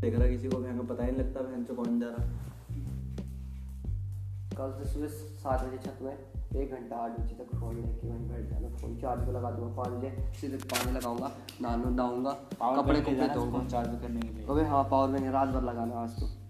देख रहा किसी को भी हमें पता ही नहीं लगता बहन से कौन जा रहा कल से सुबह सात बजे छत में एक घंटा आठ बजे तक फोन लेके वहीं बैठ जाना फोन चार्ज पे लगा दूंगा पाँच बजे सीधे पानी लगाऊंगा नहाना नहाऊंगा कपड़े कपड़े धोऊंगा चार्ज करने के लिए अबे हाँ पावर बैंक रात भर लगाना आज तो